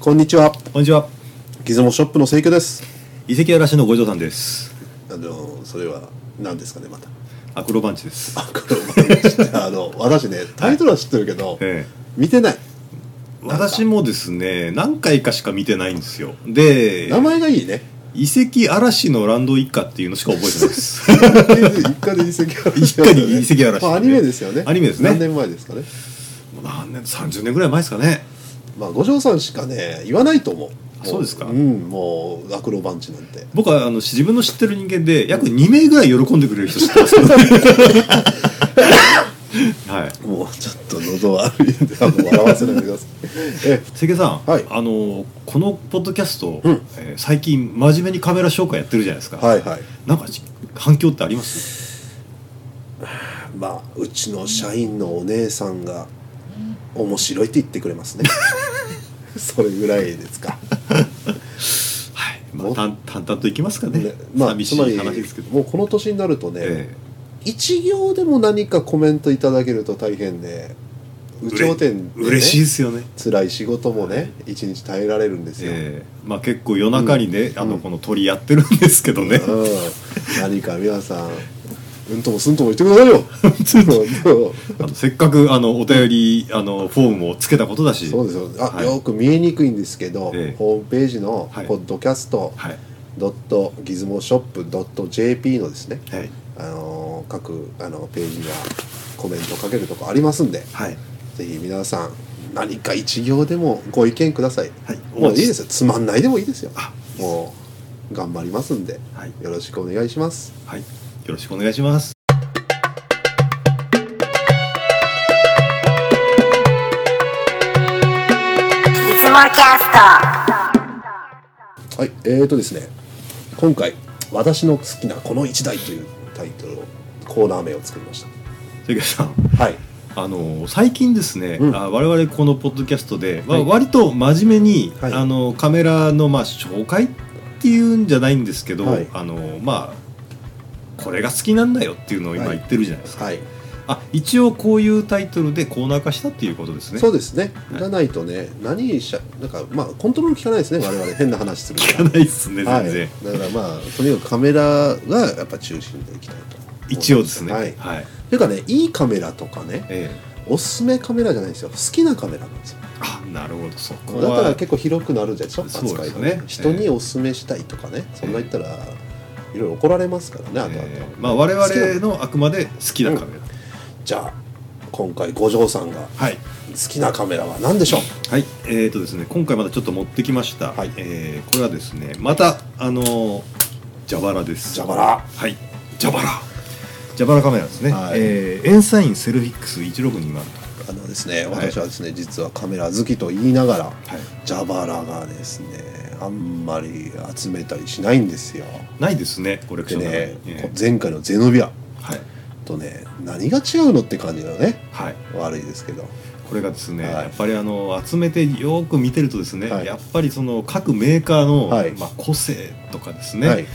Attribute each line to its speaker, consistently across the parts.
Speaker 1: こんにちは。
Speaker 2: こんにちは。
Speaker 1: ギズモショップの清居です。
Speaker 2: 遺跡嵐の五条さんです。
Speaker 1: あの、それは、何ですかね、また。
Speaker 2: アクロバンチです。
Speaker 1: あ、これ、お前が知って あの、私ね、タイトルは知ってるけど、
Speaker 2: ええ
Speaker 1: 見てない。
Speaker 2: 私もですね、何回かしか見てないんですよ。で、
Speaker 1: 名前がいい ね。
Speaker 2: 遺跡嵐のランド一家っていうのしか覚えてないです。
Speaker 1: 一家で遺跡嵐。
Speaker 2: 一家に遺跡嵐
Speaker 1: まあ、アニメですよね。
Speaker 2: アニメですね
Speaker 1: 何年前ですかね。
Speaker 2: もう何年、30年ぐらい前ですかね。
Speaker 1: まあ、五条さんしかね、言わないと思う。も
Speaker 2: あそうですか
Speaker 1: うん、もう、学路番地なんて。
Speaker 2: 僕はあの自分の知ってる人間で約2名ぐらい喜んでくれる人知ってます はい。
Speaker 1: もう、ちょっと喉悪いんで、あの、笑わせないでください。え
Speaker 2: 関根さん、
Speaker 1: はい
Speaker 2: あのこのポッドキャスト、
Speaker 1: うん
Speaker 2: えー最近真面目にカメラ紹介やってるじゃないですか、
Speaker 1: え、はいはい。
Speaker 2: なんか反響ってあります
Speaker 1: まあ、うちの社員のお姉さんが面白いって言ってくれますね それぐらいですか、
Speaker 2: はい、ま
Speaker 1: も
Speaker 2: あ、淡淡々といきますかね
Speaker 1: ねまあ
Speaker 2: 寂し
Speaker 1: つま
Speaker 2: い
Speaker 1: り
Speaker 2: 話ですけど、
Speaker 1: もうこの年になるとね、
Speaker 2: え
Speaker 1: 一行でも何かコメントいただけると大変で有頂天
Speaker 2: え嬉しい
Speaker 1: い
Speaker 2: ですよね、
Speaker 1: 辛い仕事もね一日耐えられるんですよ、
Speaker 2: ええまあ、結構夜中にね、あ
Speaker 1: う
Speaker 2: の
Speaker 1: ん
Speaker 2: この鳥やってるんですけどね、
Speaker 1: うん、何か皆さんうんともすんとも言ってくださいよ そう
Speaker 2: あのせっかくあのお便りあのフォームをつけたことだし
Speaker 1: そうですよあ、
Speaker 2: はい
Speaker 1: よく見えにくいんですけど、
Speaker 2: ええ
Speaker 1: ホームページの
Speaker 2: はい
Speaker 1: ポッドキャスト、
Speaker 2: はい、
Speaker 1: ドットギズモショップドット JP のですね、
Speaker 2: はい
Speaker 1: あのー各あのページにはコメントかけるとこありますんで、
Speaker 2: はい
Speaker 1: ぜひ皆さん何か一行でもご意見ください。
Speaker 2: はい
Speaker 1: もういいですよ。つまんないでもいいですよ。
Speaker 2: あ
Speaker 1: もう頑張りますんで、
Speaker 2: はい
Speaker 1: よろしくお願いします。
Speaker 2: はい、よろしくお願いします
Speaker 3: いつもキャスト
Speaker 1: はい、えーとですね、今回私の好きなこの一台というタイトルをコーナー名を作りまし
Speaker 2: 関根さん
Speaker 1: た。はい。
Speaker 2: あの最近ですね、
Speaker 1: うん
Speaker 2: あ我々このポッドキャストで、まあ
Speaker 1: はい
Speaker 2: 割と真面目に、
Speaker 1: はい
Speaker 2: あのカメラのまあ紹介っていうんじゃないんですけど、
Speaker 1: はい
Speaker 2: あのまあこれが好きなんだよっていうのを今
Speaker 1: はい
Speaker 2: 言ってるじゃないですか、
Speaker 1: はい。
Speaker 2: あ一応こういうタイトルでコーナー化したっていうことですね
Speaker 1: そうですね、
Speaker 2: はい
Speaker 1: じゃないとね何しゃなんかまあコントロール効かないですね我々変な話する
Speaker 2: 聞
Speaker 1: か
Speaker 2: かないですね全
Speaker 1: ら、はい、
Speaker 2: 然、
Speaker 1: だからまあとにかくカメラがやっぱ中心でいきたいと
Speaker 2: 一応ですね
Speaker 1: はい
Speaker 2: はい、
Speaker 1: というかねいいカメラとかね
Speaker 2: ええ
Speaker 1: おすすめカメラじゃないんですよ好きなカメラなんですよ
Speaker 2: あなるほどそこ
Speaker 1: だから
Speaker 2: は
Speaker 1: 結構広くなるじゃんちょっと
Speaker 2: そう
Speaker 1: 扱
Speaker 2: で
Speaker 1: い
Speaker 2: す
Speaker 1: が
Speaker 2: ね
Speaker 1: ね人におすすめしたいとかね、そんな言ったらいろいろ怒られますからねあとあと、
Speaker 2: ええまあ我々
Speaker 1: 好きな
Speaker 2: のあくまで好きなカメラ、
Speaker 1: じゃあ今回五条さんが好
Speaker 2: はい
Speaker 1: きなカメラは何でしょう
Speaker 2: はい、えーとですね、今回またちょっと持ってきました。
Speaker 1: はい
Speaker 2: えーこれはですね、また、あのー、蛇腹です。
Speaker 1: 蛇腹
Speaker 2: はい、蛇腹。蛇腹カメラですね。
Speaker 1: はい
Speaker 2: えーエンサインセルフィックス1620と。
Speaker 1: あのですね、
Speaker 2: はい
Speaker 1: 私はですね、実はカメラ好きと言いながら、
Speaker 2: はい
Speaker 1: ジャバラがですね、あんまり集めたりしないんですよ。
Speaker 2: ないですね、コレクシ
Speaker 1: で
Speaker 2: ョンの中に
Speaker 1: ね、
Speaker 2: え
Speaker 1: 前回のゼノビア
Speaker 2: ーはい、
Speaker 1: とね、何が違うのって感じだよね。
Speaker 2: はい。
Speaker 1: 悪いですけど。
Speaker 2: これがですね、
Speaker 1: はい
Speaker 2: やっぱりあの集めてよく見てるとですね、
Speaker 1: はい
Speaker 2: やっぱりその各メーカーの、
Speaker 1: はい
Speaker 2: まあ、個性とかですね、
Speaker 1: はい、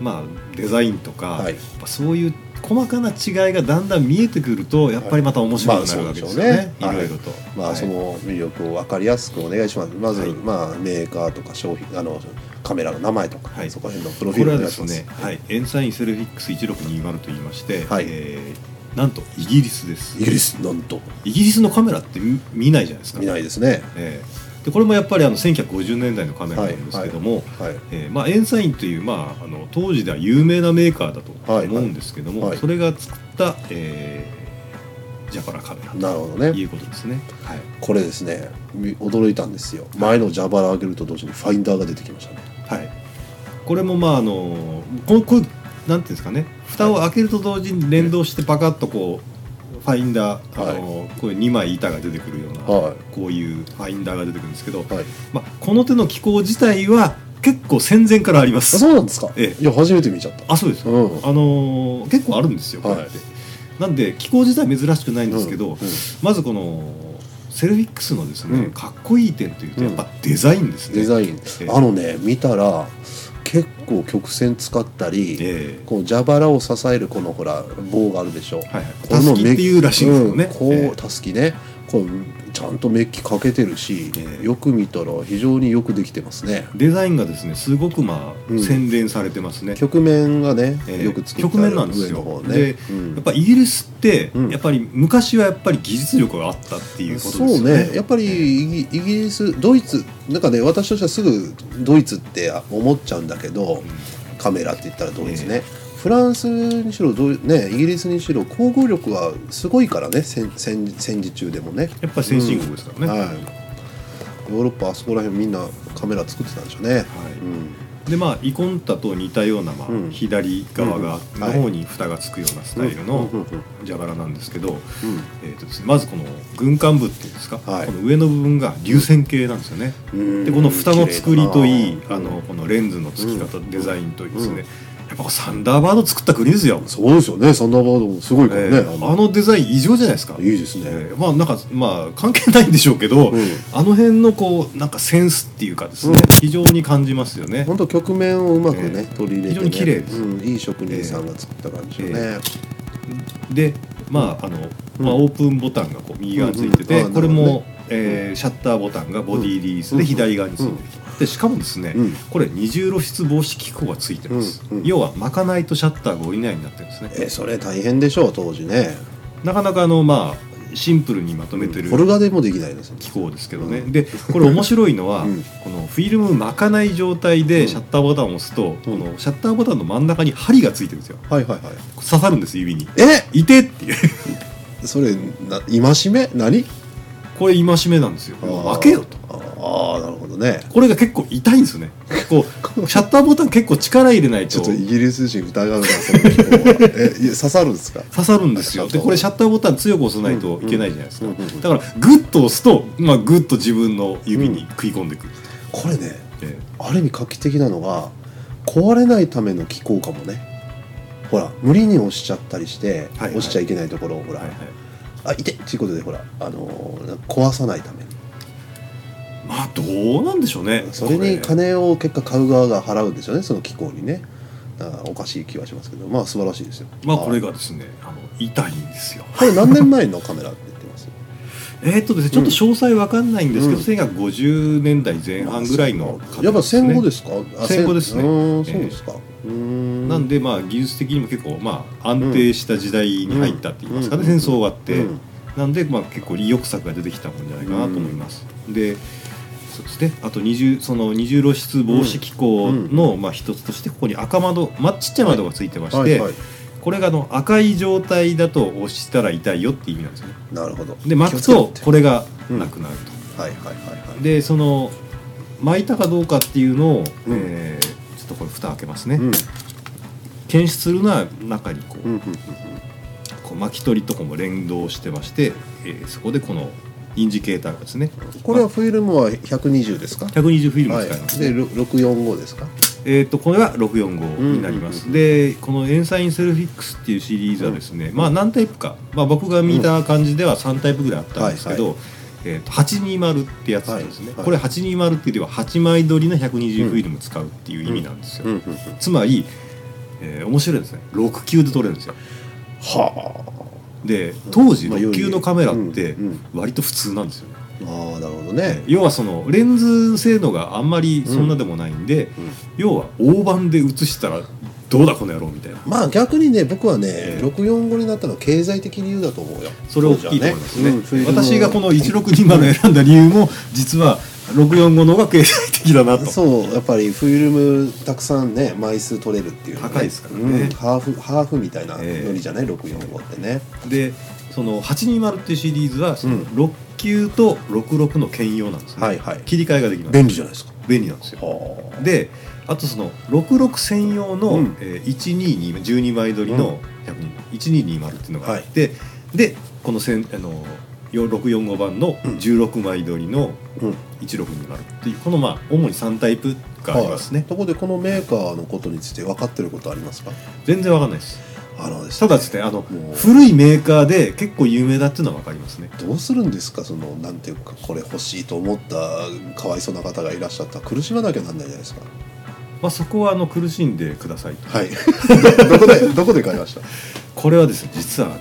Speaker 2: まあ、デザインとか、
Speaker 1: はい
Speaker 2: やっぱそういう細かな違いがだんだん見えてくるとやっぱりまた面白くなるわけですよね,、
Speaker 1: まあそうでしょうね
Speaker 2: いろいろと、
Speaker 1: ま
Speaker 2: は
Speaker 1: あ
Speaker 2: い
Speaker 1: その魅力を分かりやすくお願いします。まず、
Speaker 2: はい
Speaker 1: まあメーカーとか商品、あのカメラの名前とか、
Speaker 2: はい
Speaker 1: そこら辺のプロ
Speaker 2: こ
Speaker 1: フィー
Speaker 2: れ
Speaker 1: ルお願
Speaker 2: はで
Speaker 1: いし
Speaker 2: す
Speaker 1: ます。
Speaker 2: ね、はい、エンサインセルフィックス1620と言いまして、
Speaker 1: はい
Speaker 2: えーなんとイギリスです
Speaker 1: イギリスなんと
Speaker 2: イギリスのカメラって見見ないじゃないですか
Speaker 1: 見ないですね。
Speaker 2: えーでこれもやっぱりあの1950年代のカメラなんですけども、
Speaker 1: はい。
Speaker 2: えーまあ、エンサインという、まあ、あの当時では有名なメーカーだと
Speaker 1: はい
Speaker 2: 思うんですけども、
Speaker 1: はい
Speaker 2: それが作った、えージャパラカメラ
Speaker 1: なるほどね
Speaker 2: と。いうことですね。はい
Speaker 1: これですねみ驚いたんですよ前の蛇腹上げると同時にファインダーが出てきましたね
Speaker 2: はい、これもまああのここうなんていうんですかね蓋を開けると同時に連動してパカッとこうファインダー、あのこういう2枚板が出てくるような、
Speaker 1: は
Speaker 2: こういうファインダーが出てくるんですけど、
Speaker 1: い、はい、
Speaker 2: まあ、この手の機構自体は結構戦前からありま
Speaker 1: あ
Speaker 2: す。
Speaker 1: そうなんですか、
Speaker 2: え
Speaker 1: いや初めて見ちゃった
Speaker 2: あそうです、
Speaker 1: うん
Speaker 2: あの結構あるんですよこうやって、なんで機構自体珍しくないんですけど、
Speaker 1: うんうん
Speaker 2: まずこのセルフィックスのですね、
Speaker 1: うん
Speaker 2: かっこいい点というとやっぱデザインですね。
Speaker 1: デザイン、
Speaker 2: え
Speaker 1: あのね見たら結構曲線使ったり、
Speaker 2: ええ
Speaker 1: この蛇腹を支えるこのほら棒があるでしょ、
Speaker 2: はいはい、
Speaker 1: この
Speaker 2: たすきっていうらしいんですけどね、
Speaker 1: うんこ
Speaker 2: え
Speaker 1: うたすきねこうちちゃんとメッキかけてるし、
Speaker 2: ええ
Speaker 1: よく見たら非常によくできてますね
Speaker 2: デザインがですねすごくまあ、
Speaker 1: うん
Speaker 2: 洗練されてますね。
Speaker 1: 曲面がね、
Speaker 2: ええ
Speaker 1: よく作ってある
Speaker 2: 曲面なんですよ
Speaker 1: 上の方ね
Speaker 2: で
Speaker 1: うん
Speaker 2: やっぱイギリスって、
Speaker 1: うん
Speaker 2: やっぱり昔はやっぱり技術力があったっていうこと
Speaker 1: そ
Speaker 2: です
Speaker 1: う
Speaker 2: よね。
Speaker 1: ねやっぱりイギイギリスドイツなんかね私としてはすぐドイツってあ思っちゃうんだけどカメラって言ったらドイツね、フランスにしろドイ、ね、イギリスにしろ交互力はすごいからね戦戦戦時中でもね
Speaker 2: やっぱり先進国ですからね。は
Speaker 1: はい、ヨーロッパあそこら辺みんなカメラ作ってたんでしょうね、うん、
Speaker 2: い、でまあイコンタと似たような、まあ
Speaker 1: うん
Speaker 2: 左側が、
Speaker 1: うん
Speaker 2: の方に蓋がつくようなスタイルの
Speaker 1: うんうんうんうん
Speaker 2: 蛇腹なんですけど、
Speaker 1: うん
Speaker 2: えーとですね、まずこの軍艦部っていうんですか、
Speaker 1: はい
Speaker 2: この上の部分が流線形なんですよね。
Speaker 1: うん
Speaker 2: でこの蓋の作りといい
Speaker 1: 綺麗だな
Speaker 2: あのこのレンズの付き方、
Speaker 1: うん
Speaker 2: デザインといいですね、
Speaker 1: うん
Speaker 2: やっぱサンダーバード作った国ですよ、
Speaker 1: そうですよねサンダーバードもすごいからね、
Speaker 2: えーあのデザイン異常じゃないですか、
Speaker 1: いいですね、
Speaker 2: えーまあなんかまあ関係ないんでしょうけど、
Speaker 1: うん
Speaker 2: あの辺のこうなんかセンスっていうかですね、
Speaker 1: うん
Speaker 2: 非常に感じますよね、
Speaker 1: 本当曲面をうまくね、
Speaker 2: え
Speaker 1: 取り入れて、ね、
Speaker 2: 非常に綺麗です
Speaker 1: うん、いい職人さんが作った感じよね、
Speaker 2: えでまああの、まあ、
Speaker 1: うん
Speaker 2: オープンボタンがこう右側についてて、
Speaker 1: うんうんあ
Speaker 2: こ
Speaker 1: な
Speaker 2: れ
Speaker 1: るほど
Speaker 2: も、えーシャッターボタンがボディリリースで
Speaker 1: うん
Speaker 2: 左側についてる、でしかもですね、
Speaker 1: うん
Speaker 2: これ二重露出防止機構がついてます、
Speaker 1: うんうん
Speaker 2: 要はまかないとシャッターが降りないようになってるんですね
Speaker 1: えそれ大変でしょう当時ね
Speaker 2: なかなかあのまあシンプルにまとめてる
Speaker 1: フォルダでもできないですよ
Speaker 2: 機構ですけどね、
Speaker 1: うん
Speaker 2: でこれ面白いのは、
Speaker 1: うん
Speaker 2: このフィルム巻かない状態
Speaker 1: う
Speaker 2: で
Speaker 1: ん
Speaker 2: シャッターボタンを押すと、このシャッターボタンの真ん中に針がついてるんですよ
Speaker 1: はいはいは
Speaker 2: 刺さるんです指に
Speaker 1: いえ
Speaker 2: いてっていう
Speaker 1: それな戒め何
Speaker 2: これ戒めなんですよ
Speaker 1: あー
Speaker 2: 負けよと
Speaker 1: ああなるほどね
Speaker 2: これが結構痛いんですよねこうシャッターボタン結構力入れない
Speaker 1: ちょ
Speaker 2: と
Speaker 1: っとイ
Speaker 2: 刺
Speaker 1: ギリス人疑うなその方はえ いや刺さるんですか
Speaker 2: さるんですよでこれシャッターボタン強く押さないといけないじゃないですか、
Speaker 1: うんうんうんうん
Speaker 2: だからグッと押すと、まあ、グッと自分の指に食い込んでくる、
Speaker 1: これね
Speaker 2: ええ
Speaker 1: ある意味画期的なのが壊れないための機構かもねほら無理に押しちゃったりして、
Speaker 2: はいはい
Speaker 1: 押しちゃいけないところをほら、
Speaker 2: はいはい
Speaker 1: あ痛いっていうことでほら、あのー壊さないために
Speaker 2: まあどうなんでしょうね
Speaker 1: それ
Speaker 2: こ
Speaker 1: に金を結果買う側が払うんですよねその機構にねだからおかしい気はしますけどまあ素晴らしいですよ
Speaker 2: まあこれ
Speaker 1: が
Speaker 2: がですねあの痛いんですよ
Speaker 1: これ何年前のカメラって言ってます
Speaker 2: えーっとですねちょっと詳細わかんないんですけど、
Speaker 1: うん
Speaker 2: 1950年代前半ぐらいの
Speaker 1: やっぱ戦後ですすかあ
Speaker 2: 戦後ですね
Speaker 1: うーんそうですか、うーん
Speaker 2: なんでまあ技術的にも結構まあ安定した時代に入ったって言いますかね、
Speaker 1: うんうん
Speaker 2: 戦争終わって、
Speaker 1: うん
Speaker 2: なんでまあ結構利欲作が出てきたもんじゃないかなと思います、でそうですねあと二重その二重露出防止機構のまあ一つとしてここに赤窓、まあ、ちっちゃい窓がついてまして、
Speaker 1: はいはい
Speaker 2: これがあの赤い状態だと押したら痛いよって意味なんですよね
Speaker 1: なるほど
Speaker 2: で巻く
Speaker 1: 気を
Speaker 2: と
Speaker 1: つけて
Speaker 2: これがなくなると、
Speaker 1: はいはいはいはい
Speaker 2: でその巻いたかどうかっていうのを、
Speaker 1: うん
Speaker 2: えーちょっとこれ蓋開けますね、
Speaker 1: うん
Speaker 2: 検出するのは中にこう,、
Speaker 1: うんうんうん
Speaker 2: こう巻き取りとかも連動してまして、えーそこでこのインジケーターがですね
Speaker 1: これはフィルムは120ですか、
Speaker 2: 120フィルム
Speaker 1: は
Speaker 2: 使
Speaker 1: い、
Speaker 2: いますね、
Speaker 1: でろ645ですか
Speaker 2: えー、とこれは645になります、
Speaker 1: うん
Speaker 2: でこの「エンサインセルフィックス」っていうシリーズはですね、まあ何タイプか、まあ、僕が見た感じでは3タイプぐらいあったんですけど、
Speaker 1: は
Speaker 2: えー、と820ってやつなんですね、
Speaker 1: はいはい
Speaker 2: これ820っていうのは8枚撮りの120フィルム使うっていう意味なんですよ、
Speaker 1: うんうんうん
Speaker 2: つまり、えー面白いですね6級で撮れるんですよ
Speaker 1: は
Speaker 2: で当時
Speaker 1: まあ
Speaker 2: 6級のカメラっ
Speaker 1: う
Speaker 2: て
Speaker 1: ん
Speaker 2: 割と普通なんですよね、
Speaker 1: あああなるほどね、
Speaker 2: 要はそのレンズ性能があんまりそんなでもないんで、
Speaker 1: うん
Speaker 2: 要は大判で映したらどうだこの野郎みたいな
Speaker 1: まあ逆にね僕はね、
Speaker 2: ええ
Speaker 1: 645になったのは経済的理由だと思うよ
Speaker 2: それ大きいと思いますね
Speaker 1: そうじゃあ
Speaker 2: 私がこ
Speaker 1: の
Speaker 2: の1620の選んだ理由も実は645の方が経済的だなと
Speaker 1: そうやっぱりフィルムたくさんね枚数取れるっていう、ね、
Speaker 2: 高いですからね
Speaker 1: うんハーフハーフみたいな
Speaker 2: ええ
Speaker 1: ノリじゃない、645ってね
Speaker 2: でその820っていうシリーズはその
Speaker 1: うん
Speaker 2: 6級と66の兼用なんですね、
Speaker 1: はいはい
Speaker 2: 切り替えができます
Speaker 1: 便利じゃないですか
Speaker 2: 便利なんですよ
Speaker 1: はあ
Speaker 2: であとその66専用の、
Speaker 1: うん
Speaker 2: えー、122 12枚撮りの122 1220っていうのがあって、でこのせんあのよ645番の
Speaker 1: うん
Speaker 2: 16枚撮りの
Speaker 1: うん
Speaker 2: 1620っていうこのまあ主に3タイプがありますね、
Speaker 1: はいところでこのメーカーのことについて分かってることありますか
Speaker 2: 全然わかんないです
Speaker 1: あのです
Speaker 2: た
Speaker 1: ね
Speaker 2: だですねあの
Speaker 1: もう
Speaker 2: 古いメーカーで結構有名だっていうのはわかりますね
Speaker 1: どうするんですかそのなんていうかこれ欲しいと思ったかわいそうな方がいらっしゃったら苦しまなきゃなんないじゃないですか
Speaker 2: まあそこはあの苦しんでください と
Speaker 1: はいどこでどこで買いました
Speaker 2: これはですね実はあの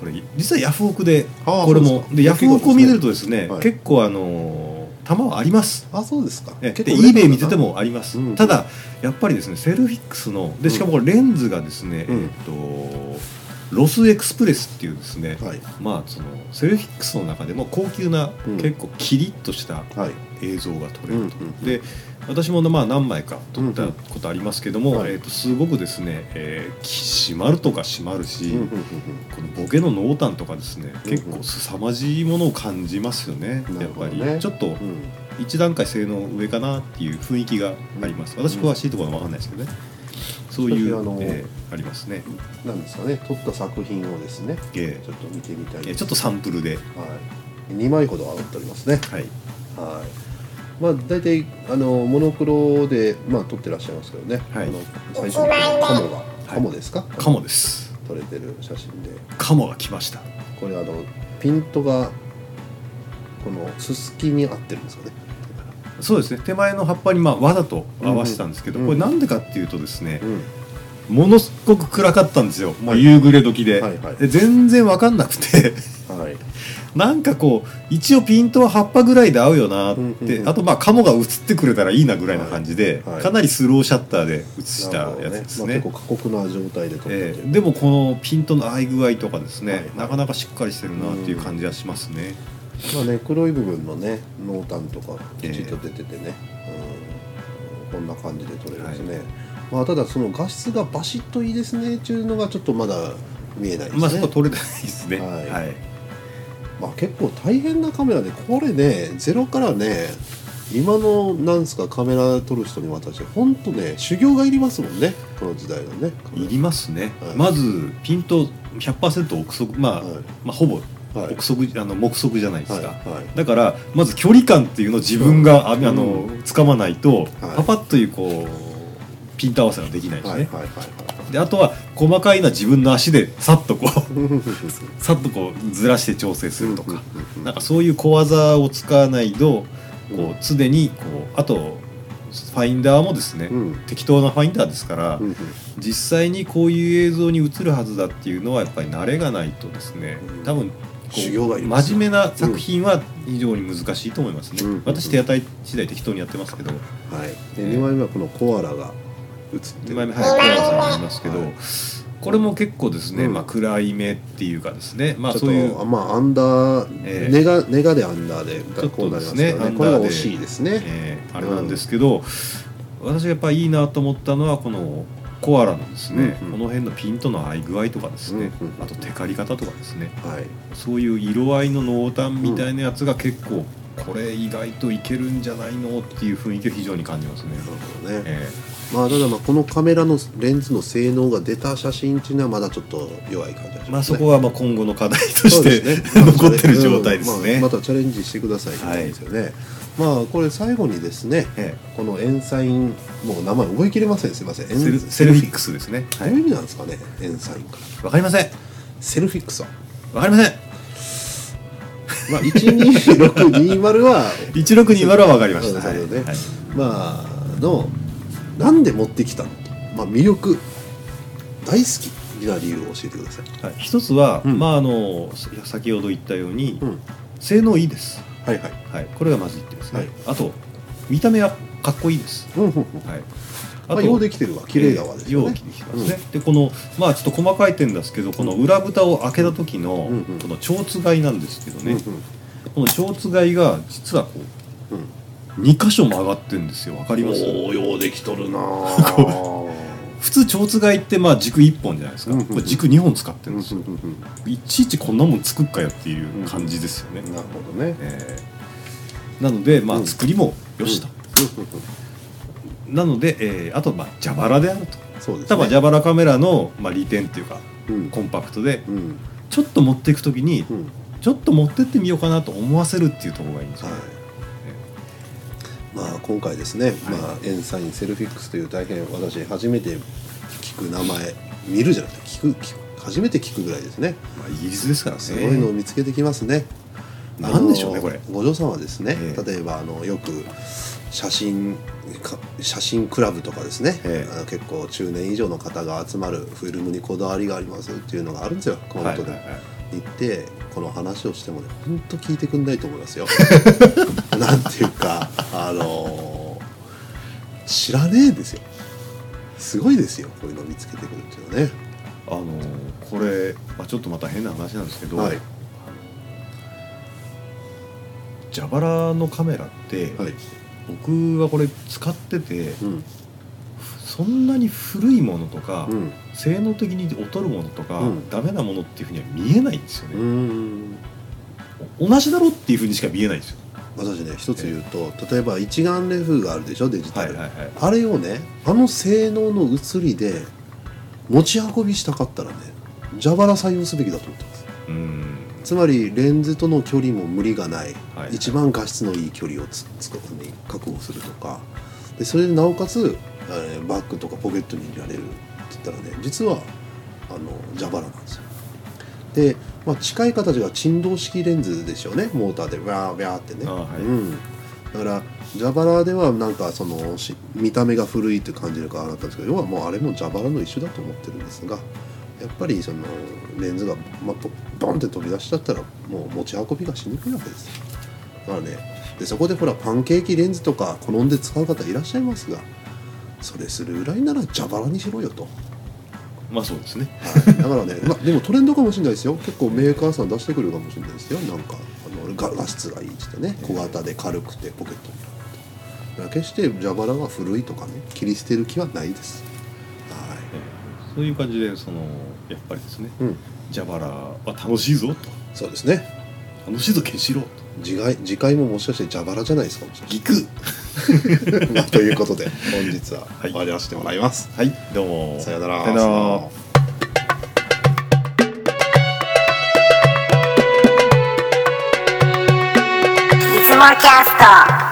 Speaker 2: これ実はヤフオクで
Speaker 1: あー
Speaker 2: これ
Speaker 1: そう
Speaker 2: も
Speaker 1: ですか
Speaker 2: でヤフオクを見れるとですね
Speaker 1: はい
Speaker 2: 結構あのー玉はあります
Speaker 1: あそうですか
Speaker 2: えで
Speaker 1: 売れたのかな
Speaker 2: eBay 見ててもあります、
Speaker 1: うん
Speaker 2: ただやっぱりですねセルフィックスのでしかもこれレンズがですね、
Speaker 1: うん
Speaker 2: えーっとロスエクスプレスっていうですね、
Speaker 1: はい
Speaker 2: まあそのセルフィックスの中でも高級な、
Speaker 1: うん
Speaker 2: 結構キリッとした
Speaker 1: はい
Speaker 2: 映像が撮れ
Speaker 1: う
Speaker 2: る
Speaker 1: んうん
Speaker 2: と、で私もまあ何枚か撮ったことありますけども、
Speaker 1: うんはい
Speaker 2: えーっとすごくですね、えーき締まるとか締まるし、
Speaker 1: うんうん
Speaker 2: このボケの濃淡とかですね結構凄まじいものを感じますよね、
Speaker 1: な
Speaker 2: や
Speaker 1: る
Speaker 2: っ
Speaker 1: ほ
Speaker 2: ぱ
Speaker 1: ど
Speaker 2: り、
Speaker 1: ね
Speaker 2: ちょっと
Speaker 1: うんうん
Speaker 2: 一段階性能上かなっていう雰囲気があります、
Speaker 1: うん
Speaker 2: 私詳しいところは分かんないですけどねそういう
Speaker 1: 私あの
Speaker 2: えーありますね、
Speaker 1: なんですかね撮った作品をですね
Speaker 2: え
Speaker 1: ちょっと見てみたい
Speaker 2: ーえーちょっとサンプルで、
Speaker 1: はい、2枚ほど上がっておりますね
Speaker 2: はい、
Speaker 1: はいまあ大体あのモノクロで、まあ、撮ってらっしゃいますけどね、
Speaker 2: はい
Speaker 1: あの最初のカモがカモですか、
Speaker 2: カモです
Speaker 1: 撮れてる写真で
Speaker 2: カモが来ました
Speaker 1: これあのピントがこのススキに合ってるんですかね
Speaker 2: そうですね手前の葉っぱにまあわざと合わせたんですけど、
Speaker 1: うんうん
Speaker 2: これなんでかっていうとですね
Speaker 1: う、ん
Speaker 2: ものすごく暗かったんですよも
Speaker 1: は
Speaker 2: う
Speaker 1: い
Speaker 2: 夕暮れ時で,、
Speaker 1: はいはい
Speaker 2: で全然分かんなくて
Speaker 1: はい
Speaker 2: なんかこう一応ピントは葉っぱぐらいで合うよなって、
Speaker 1: うんうんうん
Speaker 2: あとまあカモが映ってくれたらいいなぐらいな感じで、
Speaker 1: はいはい
Speaker 2: かなりスローシャッターで映した
Speaker 1: なるほど
Speaker 2: やつです
Speaker 1: ま
Speaker 2: ね
Speaker 1: あ、結構過酷な状態で撮ってて、
Speaker 2: ええでもこのピントの合い具合とかですね、
Speaker 1: はいはい
Speaker 2: なかなかしっかりしてるなっていう感じはしますね、
Speaker 1: まあね、黒い部分のね濃淡とかき
Speaker 2: ええ
Speaker 1: ちっと出ててね、うん、こんな感じで撮れますね、まあ、ただその画質がバシッといいですねっていうのがちょっとまだ見えないですね、
Speaker 2: ま
Speaker 1: ま
Speaker 2: あ
Speaker 1: あ
Speaker 2: そこ取れてないですね
Speaker 1: はい
Speaker 2: はい
Speaker 1: 結構大変なカメラでこれねゼロからね今のなんすかカメラ撮る人に渡して本当ね修行がいりますもんねこの時代のね
Speaker 2: いりますね、
Speaker 1: はい
Speaker 2: まずピント100%憶測まあ、
Speaker 1: はい
Speaker 2: まあほぼ
Speaker 1: はい
Speaker 2: 憶測、あの目測じゃないです
Speaker 1: はい
Speaker 2: か、
Speaker 1: はい
Speaker 2: だからまず距離感っていうのを自分がああの
Speaker 1: う
Speaker 2: 掴まないと、
Speaker 1: はい
Speaker 2: パパッというこうピント合わせができないです
Speaker 1: はいはい
Speaker 2: ね、
Speaker 1: はい
Speaker 2: であとは細かいのは自分の足でさっとこう
Speaker 1: は
Speaker 2: さっとこうずらして調整する
Speaker 1: い
Speaker 2: とか、
Speaker 1: うん
Speaker 2: なんかそういう小技を使わないと
Speaker 1: うん
Speaker 2: こう常にこうあとファインダーもですね、
Speaker 1: うん
Speaker 2: 適当なファインダーですから、
Speaker 1: うんうん
Speaker 2: 実際にこういう映像に映るはずだっていうのはやっぱり慣れがないとですね
Speaker 1: うん
Speaker 2: 多分こう
Speaker 1: 修行がいります
Speaker 2: 真面目な作品は非常に難しいと思いますね、
Speaker 1: うん
Speaker 2: 私手当たり次第適当にやってますけど
Speaker 1: はい、で
Speaker 2: ね
Speaker 1: 2枚目はこのコアラが映って
Speaker 2: 2
Speaker 1: る
Speaker 2: 枚目早くやさんありますけど、
Speaker 1: はい
Speaker 2: これも結構ですね、
Speaker 1: うん
Speaker 2: まあ、暗い目っていうかですねまあ
Speaker 1: ちょっと
Speaker 2: そういう、
Speaker 1: まあアンダー、
Speaker 2: ええ
Speaker 1: ネガネガでアンダーで
Speaker 2: ちょっ
Speaker 1: こう
Speaker 2: と
Speaker 1: な
Speaker 2: で
Speaker 1: ります
Speaker 2: す
Speaker 1: か
Speaker 2: ね
Speaker 1: らねこれ
Speaker 2: アンダー
Speaker 1: が
Speaker 2: で
Speaker 1: 惜しいですね、
Speaker 2: えーあれなんですけど、私がやっぱりいいなと思ったのはこのコアラのですね、
Speaker 1: うんうん
Speaker 2: この辺のピントの合い具合とかですね、
Speaker 1: うんうん
Speaker 2: あとテカり方とかですね
Speaker 1: はい
Speaker 2: そういう色合いの濃淡みたいなやつが結構、これ意外といけるんじゃないのっていう雰囲気を非常に感じますね。
Speaker 1: なるほどね、
Speaker 2: え
Speaker 1: まあただまあこのカメラのレンズの性能が出た写真っていうのはまだちょっと弱い感じがします、
Speaker 2: え
Speaker 1: ね、
Speaker 2: まあ、そこはまあ今後の課題
Speaker 1: そ
Speaker 2: とし
Speaker 1: う
Speaker 2: て、
Speaker 1: です ね
Speaker 2: 残ってる状態ですね
Speaker 1: まあまたチャレンジしてくださいってことですよね、まあこれ最後にですね
Speaker 2: え
Speaker 1: このエンサインもう名前覚えきれませんすいません
Speaker 2: え
Speaker 1: エン
Speaker 2: セルセルフィックスですね。
Speaker 1: どういう意味なんですかねエンサインから
Speaker 2: わかりません。
Speaker 1: セルフィックスは
Speaker 2: わかりません。
Speaker 1: まあ、12620は、
Speaker 2: 一六二丸はわかりました。
Speaker 1: そうですね
Speaker 2: はい
Speaker 1: まあ、の、なんで持ってきたのと、まあ、魅力、大好きな理由を教えてください。
Speaker 2: はい一つは、
Speaker 1: うん
Speaker 2: まああの先ほど言ったように、
Speaker 1: うん
Speaker 2: 性能いいです。
Speaker 1: はいはい。
Speaker 2: はい、これがまず一点ですね。
Speaker 1: はい
Speaker 2: あと見た目はかっこいいです。
Speaker 1: うんうんうん。
Speaker 2: はい。
Speaker 1: まあ、ようできてるわ、綺麗だわですよ
Speaker 2: 容
Speaker 1: ね
Speaker 2: 器。できてますね、でこのまあちょっと細かい点ですけどこの裏蓋を開けた時の
Speaker 1: うんうん
Speaker 2: この蝶つがいなんですけどね、
Speaker 1: うんうん
Speaker 2: この蝶つがいが実はこ
Speaker 1: うん
Speaker 2: う2箇所曲がってるんですよわかります
Speaker 1: おーようできとるなあ
Speaker 2: 普通蝶つがいってまあ軸1本じゃないですか、
Speaker 1: うんうんうん
Speaker 2: これ軸2本使って
Speaker 1: う
Speaker 2: る
Speaker 1: んうん
Speaker 2: んですよ、
Speaker 1: うん
Speaker 2: いちいちこんなもん作っかやっていう感じですよね、
Speaker 1: なるほどね。
Speaker 2: えーなのでま
Speaker 1: う
Speaker 2: あ
Speaker 1: ん
Speaker 2: 作りもよしと、
Speaker 1: うんうんう
Speaker 2: なので、えーあとまあ蛇腹であると
Speaker 1: んそうです
Speaker 2: 多分
Speaker 1: ね。
Speaker 2: 蛇腹カメラのまあ利点っていうか
Speaker 1: うん
Speaker 2: コンパクトで
Speaker 1: うん
Speaker 2: ちょっと持っていく時に
Speaker 1: うん
Speaker 2: ちょっと持ってってみようかなと思わせるっていうところがいいんですよ、
Speaker 1: はい。まあ今回ですね、
Speaker 2: い
Speaker 1: まあエンサインセルフィックスという大変私初めて聞く名前見るじゃなくて聞く聞く初めて聞くぐらいですね。
Speaker 2: まあ、イギリスですからね
Speaker 1: すごいのを見つけてきますね。
Speaker 2: なんでしょうね
Speaker 1: あの
Speaker 2: これ
Speaker 1: ご嬢さんはですね、
Speaker 2: ええ
Speaker 1: 例えばあのよく写真か写真クラブとかですね、
Speaker 2: ええ
Speaker 1: あの結構中年以上の方が集まるフィルムにこだわりがありますっていうのがあるんですよ熊
Speaker 2: はい
Speaker 1: 本で、
Speaker 2: はいはい
Speaker 1: 行ってこの話をしてもね本当聞いてくんないと思います よなんていうかあのー知らねえんですよすごいですよこういうの見つけてくるっていうのはね
Speaker 2: あのこれ、まあ、ちょっとまた変な話なんですけど、
Speaker 1: はい
Speaker 2: 蛇腹のカメラって、
Speaker 1: はい、
Speaker 2: 僕はこれ使ってて
Speaker 1: うん
Speaker 2: そんなに古いものとか、
Speaker 1: うん
Speaker 2: 性能的に劣るものとか、
Speaker 1: うん
Speaker 2: ダメなものっていうふうには見えないんですよ
Speaker 1: う
Speaker 2: ね、
Speaker 1: ん
Speaker 2: 同じだろっていうふうにしか見えないんですよ
Speaker 1: 私ね一つ言うと例えば一眼レフがあるでしょデジタ
Speaker 2: はい
Speaker 1: ル、
Speaker 2: はいはい
Speaker 1: あれをねあの性能の移りで持ち運びしたかったらね蛇腹採用すべきだと思ってます
Speaker 2: うん
Speaker 1: つまりレンズとの距離も無理がない、
Speaker 2: はい
Speaker 1: 一番画質のいい距離をつつく確保するとかでそれでなおかつ、えーバッグとかポケットに入れられるって言ったらね実はあの蛇腹なんですよで、まあ、近い形が振動式レンズでしょうねモーターでわーわーってね、
Speaker 2: あーはい
Speaker 1: うん、だから蛇腹ではなんかそのし見た目が古いって感じるからあったんですけど要はもうあれも蛇腹の一種だと思ってるんですがやっぱりそのレンズが、まあ、ぼボンって飛び出しちゃったらもう持ち運びがしにくいわけですよだからねでそこでほらパンケーキレンズとか好んで使う方いらっしゃいますがそれするぐらいなら蛇腹にしろよと、
Speaker 2: まあそうですね
Speaker 1: はい、だからね、 まあ、でもトレンドかもしれないですよ結構メーカーさん出してくるかもしれないですよなんかあの画画質がいいってね小型で軽くてポケットに入るだから決して蛇腹が古いとかね切り捨てる気はないですは
Speaker 2: そういう感じでそのやっぱりですね
Speaker 1: い、うん、
Speaker 2: 蛇腹は楽しいぞと
Speaker 1: そうですね
Speaker 2: 楽しいぞケンシロウと
Speaker 1: 次回次回ももしかして蛇腹じゃないですかもしれない
Speaker 2: ギ ク
Speaker 1: まあということで本日は
Speaker 2: はい
Speaker 1: 終わりさせてもらいます、
Speaker 2: はいどうも
Speaker 1: さよなら
Speaker 2: さよなら
Speaker 3: いつもキャスト